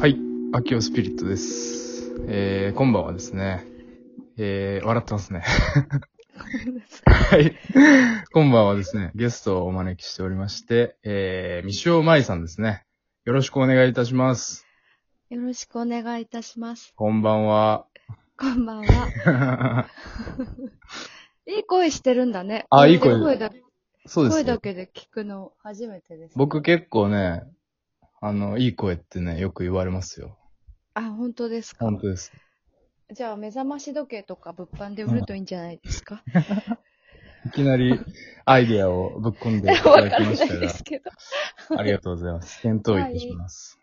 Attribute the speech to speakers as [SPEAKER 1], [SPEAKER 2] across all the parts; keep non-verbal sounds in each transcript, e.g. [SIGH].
[SPEAKER 1] はい、アキオスピリットです。えー、今晩はですね、えー、笑ってますね。 [LAUGHS] はい。今晩はですね、ゲストをお招きしておりまして、えー、三塩舞さんですね。よろしくお願いいたします。
[SPEAKER 2] [LAUGHS] よろしくお願いいたします。
[SPEAKER 1] こんばんは。 [LAUGHS]
[SPEAKER 2] こんばんは。いい声してるんだね。
[SPEAKER 1] あいい声
[SPEAKER 2] 声だ
[SPEAKER 1] そうですね
[SPEAKER 2] 声だ。けで聞くの初めてです。
[SPEAKER 1] 僕結構ね、あの、いい声ってね、よく言われますよ。
[SPEAKER 2] あ、本当ですか。
[SPEAKER 1] 本当です。
[SPEAKER 2] じゃあ、目覚まし時計とか物販で売るといいんじゃないですか。
[SPEAKER 1] いきなりアイデアをぶっ込んでい
[SPEAKER 2] [LAUGHS] わ
[SPEAKER 1] た
[SPEAKER 2] かん
[SPEAKER 1] だ
[SPEAKER 2] な
[SPEAKER 1] き
[SPEAKER 2] い
[SPEAKER 1] ました
[SPEAKER 2] で
[SPEAKER 1] が。
[SPEAKER 2] すけど。
[SPEAKER 1] ありがとうございます。検討いたします。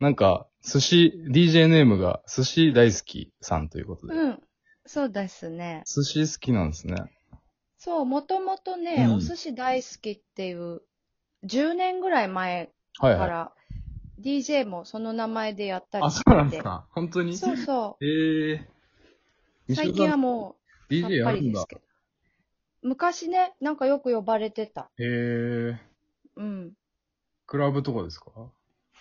[SPEAKER 1] なんか、寿司、DJ ネームが寿司大好きさんということで。
[SPEAKER 2] うん。そうですね。
[SPEAKER 1] 寿司好きなんですね。
[SPEAKER 2] そう、もともとね、
[SPEAKER 1] うん
[SPEAKER 2] お寿司大好きっていう、10年ぐらい前
[SPEAKER 1] は
[SPEAKER 2] か
[SPEAKER 1] いはい。
[SPEAKER 2] ら、DJ もその名前でやったり
[SPEAKER 1] あ、
[SPEAKER 2] し
[SPEAKER 1] そ
[SPEAKER 2] てて。
[SPEAKER 1] うなんですか本当に
[SPEAKER 2] そうそ
[SPEAKER 1] えー。
[SPEAKER 2] う。最近はもう、
[SPEAKER 1] 西尾さ
[SPEAKER 2] さっ
[SPEAKER 1] ん DJ や
[SPEAKER 2] ぱ
[SPEAKER 1] るん
[SPEAKER 2] りで
[SPEAKER 1] だ
[SPEAKER 2] す。けど。昔ね、なんかよく呼ばれてた。
[SPEAKER 1] えー。
[SPEAKER 2] うん。
[SPEAKER 1] クラブとかですか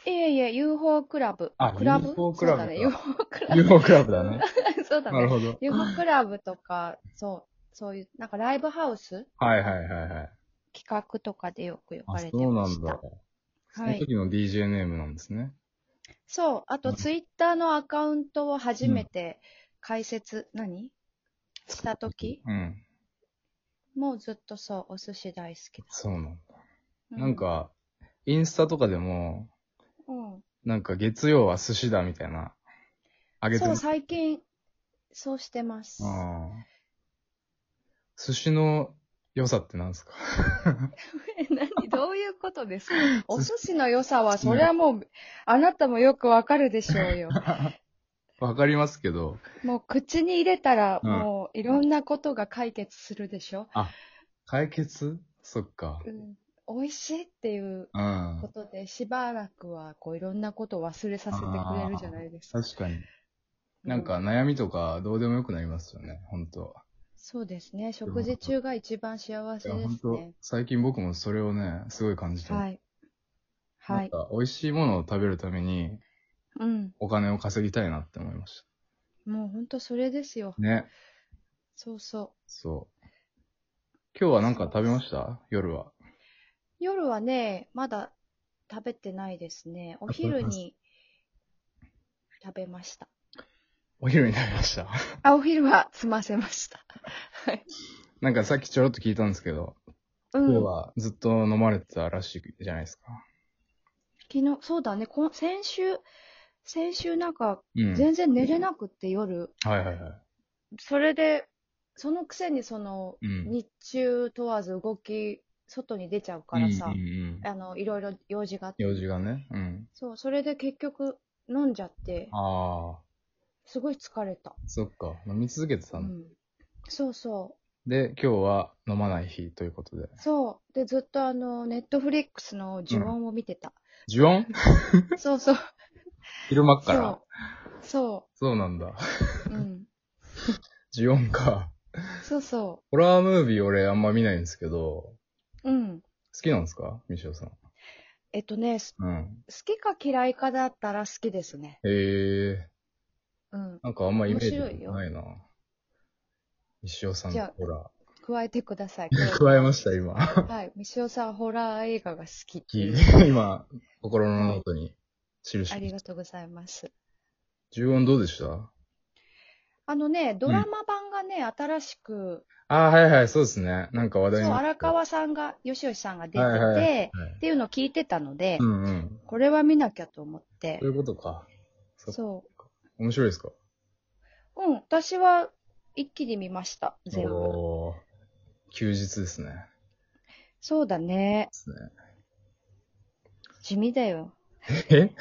[SPEAKER 2] いえいえ、UFO クラブ。
[SPEAKER 1] あ
[SPEAKER 2] クラブ
[SPEAKER 1] UFO クラブ
[SPEAKER 2] そうだね、
[SPEAKER 1] か
[SPEAKER 2] UFO クラ
[SPEAKER 1] ?UFO クラブだね。
[SPEAKER 2] ブ。 [LAUGHS] そうだ
[SPEAKER 1] なる
[SPEAKER 2] ね。
[SPEAKER 1] ほど。
[SPEAKER 2] UFO クラブとか、そう、そういう、なんかライブハウス
[SPEAKER 1] はいはいはいはい。
[SPEAKER 2] 企画とかでよく呼
[SPEAKER 1] あ、
[SPEAKER 2] ばれて
[SPEAKER 1] そうな
[SPEAKER 2] まし
[SPEAKER 1] ん
[SPEAKER 2] た。
[SPEAKER 1] だ。そ
[SPEAKER 2] は
[SPEAKER 1] の
[SPEAKER 2] い。
[SPEAKER 1] 時の DJ ネームなんですね。
[SPEAKER 2] そう、あ
[SPEAKER 1] う
[SPEAKER 2] と
[SPEAKER 1] ん
[SPEAKER 2] ツイッターのアカウントを初めて解説、何した時
[SPEAKER 1] うん。
[SPEAKER 2] もうずっとそう、お寿司大好きだ。
[SPEAKER 1] そうなんだ。
[SPEAKER 2] う
[SPEAKER 1] なん、か、インスタとかでも、
[SPEAKER 2] うん。
[SPEAKER 1] なんか月曜は寿司だみたいな。あげて
[SPEAKER 2] そう、
[SPEAKER 1] ます。
[SPEAKER 2] 最近、そうしてます。
[SPEAKER 1] ああ寿司の良さってなんですか
[SPEAKER 2] え [LAUGHS] 何どういうことで
[SPEAKER 1] [LAUGHS]
[SPEAKER 2] すかお寿司の良さは、そりゃもう、あなたもよくわかるでしょ
[SPEAKER 1] [LAUGHS]
[SPEAKER 2] うよ。
[SPEAKER 1] わかりますけど、
[SPEAKER 2] もう口に入れたら、
[SPEAKER 1] うん
[SPEAKER 2] もういろんなことが解決するでしょ。
[SPEAKER 1] 解決そっか。
[SPEAKER 2] うん、美味しいっていう
[SPEAKER 1] うん
[SPEAKER 2] こ。とで、しばらくは、こういろんなことを忘れさせてくれるじゃないですか。
[SPEAKER 1] 確かに。なんか悩みとかどうでもよくなりますよね、本当
[SPEAKER 2] そうですね。食事中が一番幸
[SPEAKER 1] い
[SPEAKER 2] せ
[SPEAKER 1] や、
[SPEAKER 2] で
[SPEAKER 1] 本
[SPEAKER 2] す
[SPEAKER 1] 当
[SPEAKER 2] ね。
[SPEAKER 1] 最近僕もそれをね、すごい感じてます
[SPEAKER 2] はい。は
[SPEAKER 1] なん
[SPEAKER 2] い。
[SPEAKER 1] か美味しいものを食べるために
[SPEAKER 2] うん。
[SPEAKER 1] お金を稼ぎたいなって思いまし
[SPEAKER 2] もう本当それですよ
[SPEAKER 1] た。。ね。
[SPEAKER 2] そうそう。
[SPEAKER 1] そう。今日はなんか食べました夜は。
[SPEAKER 2] 夜はね、まだ食べてないですね。お昼に食べました。
[SPEAKER 1] お昼に食べました。
[SPEAKER 2] あ、お昼は済ませました。はい。
[SPEAKER 1] なんかさっきちょろっと聞いたんですけど、
[SPEAKER 2] う
[SPEAKER 1] 今日
[SPEAKER 2] ん。
[SPEAKER 1] はずっと飲まれてたらしいじゃないですか。
[SPEAKER 2] 昨日、そうだね、こん先週、先週なんか
[SPEAKER 1] うん。
[SPEAKER 2] 全然寝れなくって夜、
[SPEAKER 1] はいはいはい。
[SPEAKER 2] それで、そのくせにその、
[SPEAKER 1] うん。
[SPEAKER 2] 日中問わず動き、外に出ちゃうからさ、
[SPEAKER 1] うんうんうん、
[SPEAKER 2] あの、いろいろ用事があって。
[SPEAKER 1] 用事がね。うん。
[SPEAKER 2] そう、それで結局飲んじゃって、
[SPEAKER 1] ああ、
[SPEAKER 2] すごい疲れた。
[SPEAKER 1] そっか。飲み続けて
[SPEAKER 2] う
[SPEAKER 1] たの。
[SPEAKER 2] ん。そうそう。
[SPEAKER 1] で、今日は飲まない日ということで。
[SPEAKER 2] そう。で、ずっとあの、ネットフリックスの呪音を見てた。
[SPEAKER 1] 呪音
[SPEAKER 2] そうそう。
[SPEAKER 1] [LAUGHS] 昼間っか
[SPEAKER 2] そ
[SPEAKER 1] ら
[SPEAKER 2] う。。そ
[SPEAKER 1] そうなんだ。
[SPEAKER 2] う。うん。
[SPEAKER 1] 呪音か。
[SPEAKER 2] そうそ
[SPEAKER 1] ホラームービー俺あんま見ないんですけど、
[SPEAKER 2] う。うん。
[SPEAKER 1] 好きなんですかミシオさん。
[SPEAKER 2] えっとね、す
[SPEAKER 1] うん。
[SPEAKER 2] 好きか嫌いかだったら好きですね。
[SPEAKER 1] へえ。
[SPEAKER 2] うん。
[SPEAKER 1] なんかあんまイメージ
[SPEAKER 2] 面白いよ
[SPEAKER 1] ないな。西尾さん
[SPEAKER 2] じ
[SPEAKER 1] の
[SPEAKER 2] ゃあ
[SPEAKER 1] ホラ
[SPEAKER 2] 加えてください。
[SPEAKER 1] ー。 [LAUGHS] 加えました、今。
[SPEAKER 2] はい。みしおさん、ホラー映画が好きってい
[SPEAKER 1] [LAUGHS]
[SPEAKER 2] う。
[SPEAKER 1] 今、心のノートに記し
[SPEAKER 2] あ
[SPEAKER 1] て
[SPEAKER 2] り
[SPEAKER 1] ます。
[SPEAKER 2] がとうございます。
[SPEAKER 1] 重音どうでした
[SPEAKER 2] あのね、ドラマ版がね、新しく、
[SPEAKER 1] ああ、はいはい、そうですね。なんか話
[SPEAKER 2] そう、
[SPEAKER 1] 題にな
[SPEAKER 2] 荒
[SPEAKER 1] った
[SPEAKER 2] 川さんが、よしよしさんが出てて、
[SPEAKER 1] はいはいはい
[SPEAKER 2] っていうのを聞いてたので、
[SPEAKER 1] うんうん。
[SPEAKER 2] これは見なきゃと思って
[SPEAKER 1] そうい、うことか。そう
[SPEAKER 2] そう。
[SPEAKER 1] 面白いですか
[SPEAKER 2] うん、私は一気に見ました、全部。
[SPEAKER 1] おー休日ですね。で
[SPEAKER 2] そうだね。
[SPEAKER 1] すね
[SPEAKER 2] 地味だよ。
[SPEAKER 1] え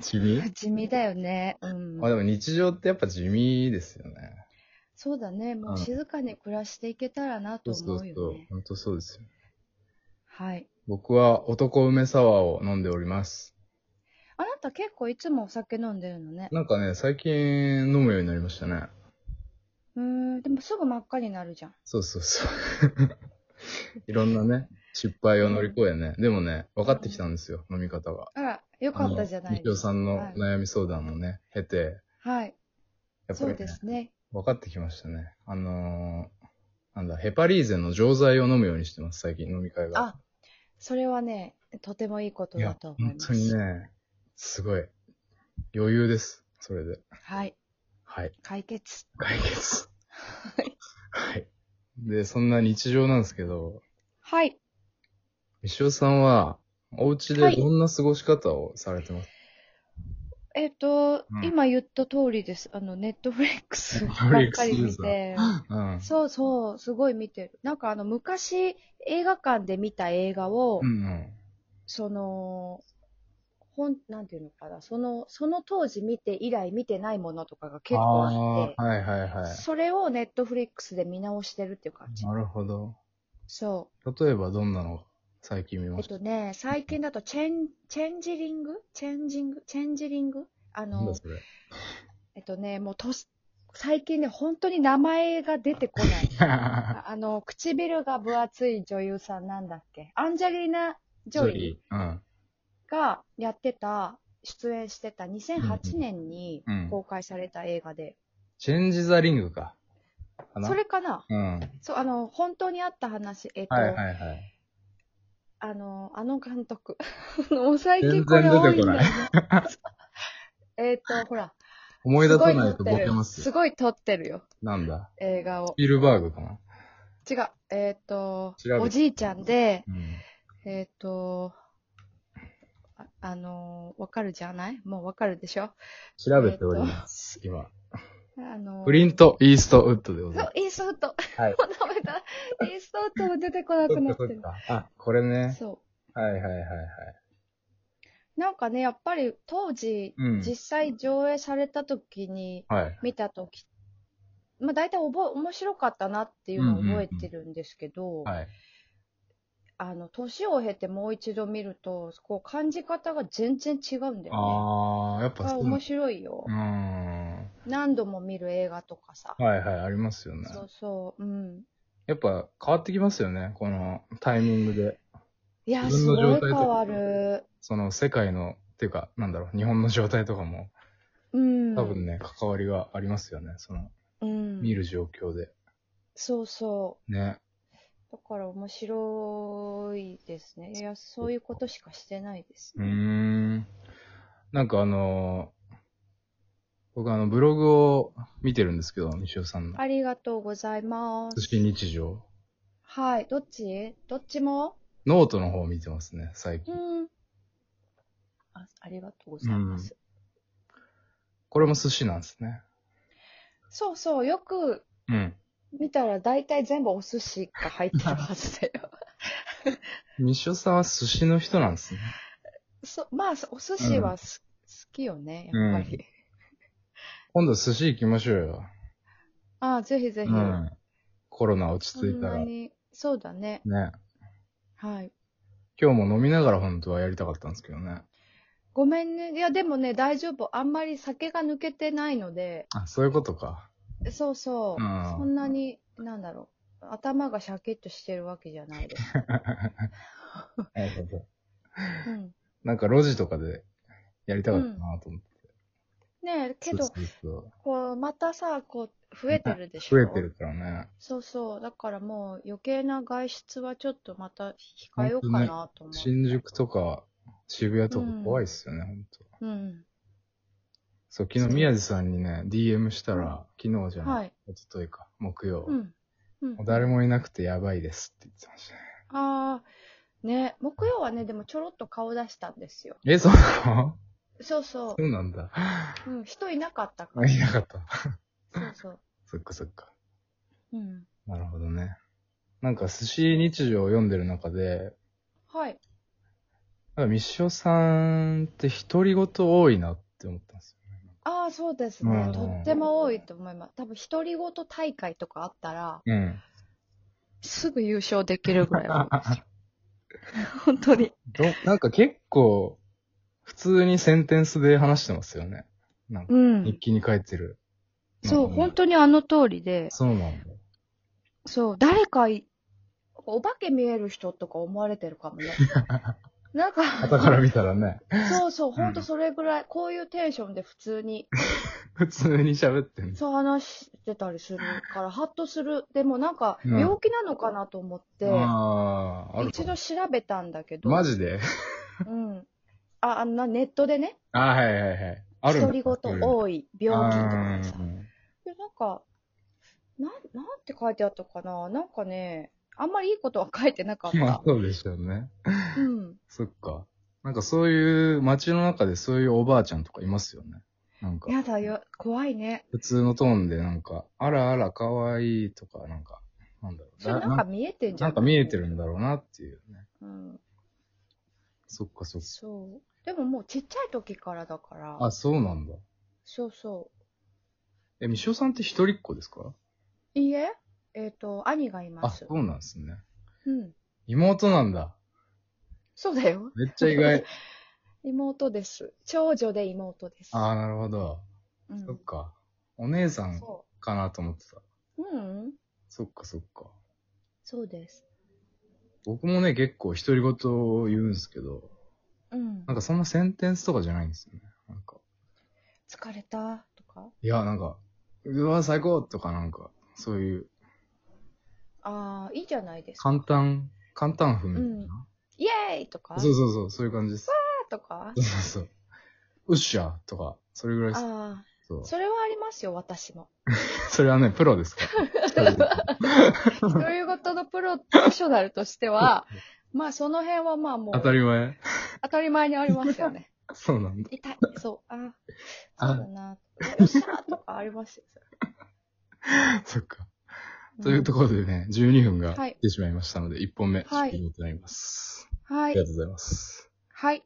[SPEAKER 1] 地味
[SPEAKER 2] 地味だよね。うん
[SPEAKER 1] まあ。でも日常ってやっぱ地味ですよね。
[SPEAKER 2] そうだね。も
[SPEAKER 1] うん
[SPEAKER 2] う静かに暮らしていけたらなと
[SPEAKER 1] そうそ
[SPEAKER 2] 思
[SPEAKER 1] う
[SPEAKER 2] う
[SPEAKER 1] そ
[SPEAKER 2] よ
[SPEAKER 1] う
[SPEAKER 2] ね。。
[SPEAKER 1] 本当そうですよ。
[SPEAKER 2] はい。
[SPEAKER 1] 僕は男梅サワーを飲んでおります。
[SPEAKER 2] あなた結構いつもお酒飲んでるのね。
[SPEAKER 1] なんかね、最近飲むようになりましたね。
[SPEAKER 2] うーん、でもすぐ真っ赤になるじゃん。
[SPEAKER 1] [LAUGHS] そうそうそう。いろんなね、失敗を乗り越えね。でもね、分かってきたんですよ、飲み方が。
[SPEAKER 2] あら、よかったじゃない
[SPEAKER 1] みきお
[SPEAKER 2] ですか。
[SPEAKER 1] さんの
[SPEAKER 2] はい
[SPEAKER 1] 悩み相談もね、経て、
[SPEAKER 2] はい。
[SPEAKER 1] やっぱ
[SPEAKER 2] そう
[SPEAKER 1] り、
[SPEAKER 2] で
[SPEAKER 1] ね、
[SPEAKER 2] すね。
[SPEAKER 1] 分かってきましたね。あのー、なんだ、ヘパリーゼの錠剤を飲むようにしてます、最近飲み会が。
[SPEAKER 2] あ、それはね、とてもいいこと
[SPEAKER 1] い
[SPEAKER 2] だ
[SPEAKER 1] や
[SPEAKER 2] と、思い
[SPEAKER 1] 本
[SPEAKER 2] ます。
[SPEAKER 1] 当にね、すごい、余裕です、それで。
[SPEAKER 2] はい。
[SPEAKER 1] はい。
[SPEAKER 2] 解決。
[SPEAKER 1] 解決。はい。で、そんな日常なんですけど、
[SPEAKER 2] はい。
[SPEAKER 1] みしおさんは、お家
[SPEAKER 2] は
[SPEAKER 1] で
[SPEAKER 2] い
[SPEAKER 1] どんな過ごし方をされてます
[SPEAKER 2] えっ、と、
[SPEAKER 1] うん
[SPEAKER 2] 今言った通りです。あの、ネットフリックスば
[SPEAKER 1] Netflix
[SPEAKER 2] っかり見て。
[SPEAKER 1] か、うん
[SPEAKER 2] そうそう、すごい見てる。なんかあの、昔、映画館で見た映画を、
[SPEAKER 1] うんうん。
[SPEAKER 2] その、本、なんていうのかな、その、その当時見て以来見てないものとかが結構あって、
[SPEAKER 1] あーはいはいは
[SPEAKER 2] それをネットフリックスで見直してるっていう感
[SPEAKER 1] い。
[SPEAKER 2] じ。
[SPEAKER 1] なるほど。
[SPEAKER 2] そ
[SPEAKER 1] 例えばどんなの最近見
[SPEAKER 2] う。え
[SPEAKER 1] ま
[SPEAKER 2] っ
[SPEAKER 1] した
[SPEAKER 2] とね、最近だとチェン、チェンジリングチェンジングチェンジリングあ
[SPEAKER 1] なんだ
[SPEAKER 2] の、
[SPEAKER 1] それ。
[SPEAKER 2] えっとね、もうとす、最近ね、本当に名前が出てこない。ああの、唇が分厚い女優さんなんだっけアンジェリーナ・ [LAUGHS] ジョリ
[SPEAKER 1] ー。うん。
[SPEAKER 2] ーがやってた、出演してた2008年に
[SPEAKER 1] うん
[SPEAKER 2] 公開された映画で、
[SPEAKER 1] チェンジザリングか。かな
[SPEAKER 2] それかな
[SPEAKER 1] うん。はい
[SPEAKER 2] そう、あの、本当にあった話、えっと、
[SPEAKER 1] はいはい。
[SPEAKER 2] あの、あの監督。 [LAUGHS] もう最近
[SPEAKER 1] 全
[SPEAKER 2] これ
[SPEAKER 1] 然
[SPEAKER 2] 多
[SPEAKER 1] 出て
[SPEAKER 2] いん
[SPEAKER 1] こ
[SPEAKER 2] だ
[SPEAKER 1] な
[SPEAKER 2] よ
[SPEAKER 1] い [LAUGHS]
[SPEAKER 2] ね。。えっと、ほら。
[SPEAKER 1] 思い出さ
[SPEAKER 2] すご
[SPEAKER 1] ない
[SPEAKER 2] 撮
[SPEAKER 1] と
[SPEAKER 2] って
[SPEAKER 1] ボ
[SPEAKER 2] る
[SPEAKER 1] ケます
[SPEAKER 2] す
[SPEAKER 1] よ。
[SPEAKER 2] ごい撮ってるよ、
[SPEAKER 1] なんだ
[SPEAKER 2] 映画を
[SPEAKER 1] ス。ピルバーグかな
[SPEAKER 2] 違う、えっと
[SPEAKER 1] 調べ、て
[SPEAKER 2] おじいちゃんで、
[SPEAKER 1] うん。
[SPEAKER 2] えっ、と、あ、あのーわかるじゃないもうわかるでしょ
[SPEAKER 1] 調べております。今。
[SPEAKER 2] あのー
[SPEAKER 1] プリント、イーストウッドでござい
[SPEAKER 2] そう
[SPEAKER 1] ま
[SPEAKER 2] イーストウッド。
[SPEAKER 1] す。
[SPEAKER 2] [LAUGHS]
[SPEAKER 1] はい。
[SPEAKER 2] もうダメだ。イーストウッドも出てこなくなって
[SPEAKER 1] そっ
[SPEAKER 2] る。
[SPEAKER 1] かそっかあ、これね。
[SPEAKER 2] そ
[SPEAKER 1] はいはいはいはい。
[SPEAKER 2] う。なんかね、やっぱり当時、
[SPEAKER 1] うん
[SPEAKER 2] 実際上映された時に、
[SPEAKER 1] はい。
[SPEAKER 2] 見た時、まあ大体覚え、面白かったなっていうのを覚えてるんですけど、
[SPEAKER 1] はい。
[SPEAKER 2] あの、年を経てもう一度見ると、こう感じ方が全然違うんだよね。
[SPEAKER 1] あー、やっぱ
[SPEAKER 2] あ
[SPEAKER 1] そう。
[SPEAKER 2] 面白いよ
[SPEAKER 1] う。ーん。は
[SPEAKER 2] 何度も見る映画とかさ。
[SPEAKER 1] いはい、ありますよね。
[SPEAKER 2] そうそう、うん。
[SPEAKER 1] やっぱ変わってきますよね。このタイミングで。
[SPEAKER 2] いや、
[SPEAKER 1] 自
[SPEAKER 2] す
[SPEAKER 1] 分
[SPEAKER 2] ご
[SPEAKER 1] の状
[SPEAKER 2] い
[SPEAKER 1] 態と
[SPEAKER 2] 変
[SPEAKER 1] か
[SPEAKER 2] わる。
[SPEAKER 1] その世界の、っていうか、なんだろう、日本の状態とかも、
[SPEAKER 2] うん。
[SPEAKER 1] 多分ね、関わりがありますよね。その、
[SPEAKER 2] うん。
[SPEAKER 1] 見る状況で。
[SPEAKER 2] そうそ
[SPEAKER 1] ね。
[SPEAKER 2] う。だから面白いですね。いや、そういうことしかしてないです
[SPEAKER 1] うー。ん。なんかあのー僕あの、ブログを見てるんですけど、西尾さんの。
[SPEAKER 2] ありがとうございます。
[SPEAKER 1] 寿司日常。
[SPEAKER 2] はい。どっちどっちも
[SPEAKER 1] ノートの方を見てますね、最近。
[SPEAKER 2] うん。あありがとうございます。
[SPEAKER 1] これも寿司なんですね。
[SPEAKER 2] そうそう。よく
[SPEAKER 1] うん。
[SPEAKER 2] 見たら大体全部お寿司が入ってるはずだよ。
[SPEAKER 1] 西尾さんは寿司の人なんですね。
[SPEAKER 2] そまあ、お寿司はす、好きよね、やっぱり。
[SPEAKER 1] 今度寿司行きましょうよ。
[SPEAKER 2] ああ、ぜひぜ
[SPEAKER 1] う
[SPEAKER 2] ひ。
[SPEAKER 1] ん。コロナ落ち
[SPEAKER 2] そ
[SPEAKER 1] 着い
[SPEAKER 2] ん
[SPEAKER 1] た
[SPEAKER 2] な
[SPEAKER 1] ら。ね。
[SPEAKER 2] に、そうだね。はい。
[SPEAKER 1] 今日も飲みながら本当はやりたかったんですけどね。
[SPEAKER 2] ごめんね。いや、でもね、大丈夫。あんまり酒が抜けてないので、
[SPEAKER 1] あ、そういうこと
[SPEAKER 2] [LAUGHS]
[SPEAKER 1] か。
[SPEAKER 2] そうそう。
[SPEAKER 1] うん
[SPEAKER 2] そんなに、なんだろう。頭がシャキッとしてるわけじゃな
[SPEAKER 1] [LAUGHS]
[SPEAKER 2] いです。
[SPEAKER 1] なるほど。
[SPEAKER 2] うん。
[SPEAKER 1] なんか路地とかでやりたかったなと思って。
[SPEAKER 2] ねえ、けど
[SPEAKER 1] そ、うそう
[SPEAKER 2] こう、またさ、こう、増えてるでし
[SPEAKER 1] そ
[SPEAKER 2] ょ。
[SPEAKER 1] う増えてる。からね。
[SPEAKER 2] そうそう。だからもう、余計な外出はちょっとまた控えようかなと思う。
[SPEAKER 1] 新宿とか渋谷とか怖いっすよね、本当
[SPEAKER 2] うん。
[SPEAKER 1] そう、昨日宮地さんにね、DM したら、昨日じゃ
[SPEAKER 2] は
[SPEAKER 1] ない、
[SPEAKER 2] い。
[SPEAKER 1] 一昨日か、木曜。
[SPEAKER 2] うん。うん
[SPEAKER 1] もう。誰もいなくてやばいですって言ってましたね。
[SPEAKER 2] ああ、ね、木曜はね、でもちょろっと顔出したんですよ。
[SPEAKER 1] え、そうなの [LAUGHS]
[SPEAKER 2] そう
[SPEAKER 1] そ
[SPEAKER 2] そ
[SPEAKER 1] うなんだ。
[SPEAKER 2] う。うん、人いなかったから。
[SPEAKER 1] いなかった。
[SPEAKER 2] そうそう。
[SPEAKER 1] そっかそっか。
[SPEAKER 2] うん。
[SPEAKER 1] なるほどね。なんか寿司日常を読んでる中で、
[SPEAKER 2] はい。
[SPEAKER 1] なんか、みしおさんって独り言多いなって思ったんです
[SPEAKER 2] ああ、そうです
[SPEAKER 1] う
[SPEAKER 2] ね
[SPEAKER 1] ん。
[SPEAKER 2] とっても多いと思います。多分、独り言大会とかあったら、
[SPEAKER 1] よ。うん。
[SPEAKER 2] すぐ優勝できるぐらい多いですよ。 [LAUGHS] 本当に。
[SPEAKER 1] ど、なんか結構、普通にセンテンスで話してますよね。なんか、
[SPEAKER 2] う
[SPEAKER 1] 日
[SPEAKER 2] ん。
[SPEAKER 1] 記に書いてる。
[SPEAKER 2] そう、
[SPEAKER 1] ん
[SPEAKER 2] 本当にあの通りで、
[SPEAKER 1] そうなんだ。
[SPEAKER 2] そう、誰かいお化け見える人とか思われてるかも
[SPEAKER 1] [LAUGHS]
[SPEAKER 2] ね。なんか、
[SPEAKER 1] 傍から見たら [LAUGHS] ね、
[SPEAKER 2] そうそう、ほんとそれぐらい、こういうテンションで普通に、
[SPEAKER 1] 普通に喋ってんの
[SPEAKER 2] そう話してたりするから、ハッとする。でもなんか、
[SPEAKER 1] うん
[SPEAKER 2] 病気なのかなと思って、
[SPEAKER 1] ああ、あるか
[SPEAKER 2] 一度調べたんだけど、
[SPEAKER 1] マジで
[SPEAKER 2] うん。あ、あのな、ネットでね、
[SPEAKER 1] あはいはいはい。あるんだ
[SPEAKER 2] 独り言
[SPEAKER 1] い。
[SPEAKER 2] 多い病気とかさ
[SPEAKER 1] う。ん
[SPEAKER 2] で、なんか、なん、なんて書いてあったかななんかね、あんまりいいことは書いてなかっ
[SPEAKER 1] まあ
[SPEAKER 2] た。
[SPEAKER 1] そうでしょうね。
[SPEAKER 2] うん。
[SPEAKER 1] そっか。なんかそういう、街の中でそういうおばあちゃんとかいますよね。なんか、
[SPEAKER 2] やだよ、怖いね。
[SPEAKER 1] 普通のトーンでなんか、あらあら可愛いとか、なんか、なんだろう。
[SPEAKER 2] それ
[SPEAKER 1] だ
[SPEAKER 2] なんか見えてんじゃ。
[SPEAKER 1] なんんか見えてるんだろうなっていうね。
[SPEAKER 2] うん。
[SPEAKER 1] そっかそっか。
[SPEAKER 2] そう。でももうちっちゃい時からだから。
[SPEAKER 1] あ、そうなんだ。
[SPEAKER 2] そうそ
[SPEAKER 1] え、みしおさんって一人っ子ですか
[SPEAKER 2] う。いいえ、えっ、と、兄がい
[SPEAKER 1] あ、
[SPEAKER 2] ま
[SPEAKER 1] そ
[SPEAKER 2] す。
[SPEAKER 1] うなんですね。
[SPEAKER 2] うん。
[SPEAKER 1] 妹なんだ。
[SPEAKER 2] そうだよ。
[SPEAKER 1] めっちゃ意
[SPEAKER 2] [LAUGHS]
[SPEAKER 1] 外。
[SPEAKER 2] 妹です。長女で妹です。
[SPEAKER 1] ああ、なるほど。
[SPEAKER 2] うん、
[SPEAKER 1] そっか。お姉さん
[SPEAKER 2] そ
[SPEAKER 1] かなと思ってた。
[SPEAKER 2] う。うん。
[SPEAKER 1] そっかそっか。
[SPEAKER 2] そうです。
[SPEAKER 1] 僕もね、結構独り言を言うんですけど、
[SPEAKER 2] うん
[SPEAKER 1] な。んかそんなセンテンスとかじゃないんですよね。なんか、
[SPEAKER 2] 疲れたとか。
[SPEAKER 1] いや、なんか、うわ、最高とかなんか、そういう
[SPEAKER 2] ああ、いいじゃないですか。
[SPEAKER 1] 簡単、簡単譜みたいな。
[SPEAKER 2] イエーイとか。
[SPEAKER 1] そうそうそう、そういう感じです。
[SPEAKER 2] とか。
[SPEAKER 1] そうそうそう。うっしゃとか、それぐらいです。
[SPEAKER 2] あ
[SPEAKER 1] そう
[SPEAKER 2] あ、それはありますよ、私
[SPEAKER 1] [LAUGHS]
[SPEAKER 2] も。
[SPEAKER 1] それはね、プロです
[SPEAKER 2] [LAUGHS]
[SPEAKER 1] から。
[SPEAKER 2] ということのプロフェッショナルとしては、
[SPEAKER 1] [LAUGHS]
[SPEAKER 2] まあその辺はまあもう
[SPEAKER 1] 当たり前。
[SPEAKER 2] 当たり前にありますよ
[SPEAKER 1] [LAUGHS]
[SPEAKER 2] ね。
[SPEAKER 1] そうなんだ。
[SPEAKER 2] 痛い、そう、ああ、
[SPEAKER 1] あ
[SPEAKER 2] そうだな、よっしゃーとかありますよ。
[SPEAKER 1] [LAUGHS]
[SPEAKER 2] それ
[SPEAKER 1] そっか。というところでね、12分が
[SPEAKER 2] はい
[SPEAKER 1] 来てしまいましたので、1本目、
[SPEAKER 2] はい
[SPEAKER 1] 終了となります。
[SPEAKER 2] は
[SPEAKER 1] あ
[SPEAKER 2] い
[SPEAKER 1] りが、とうございます。
[SPEAKER 2] はい。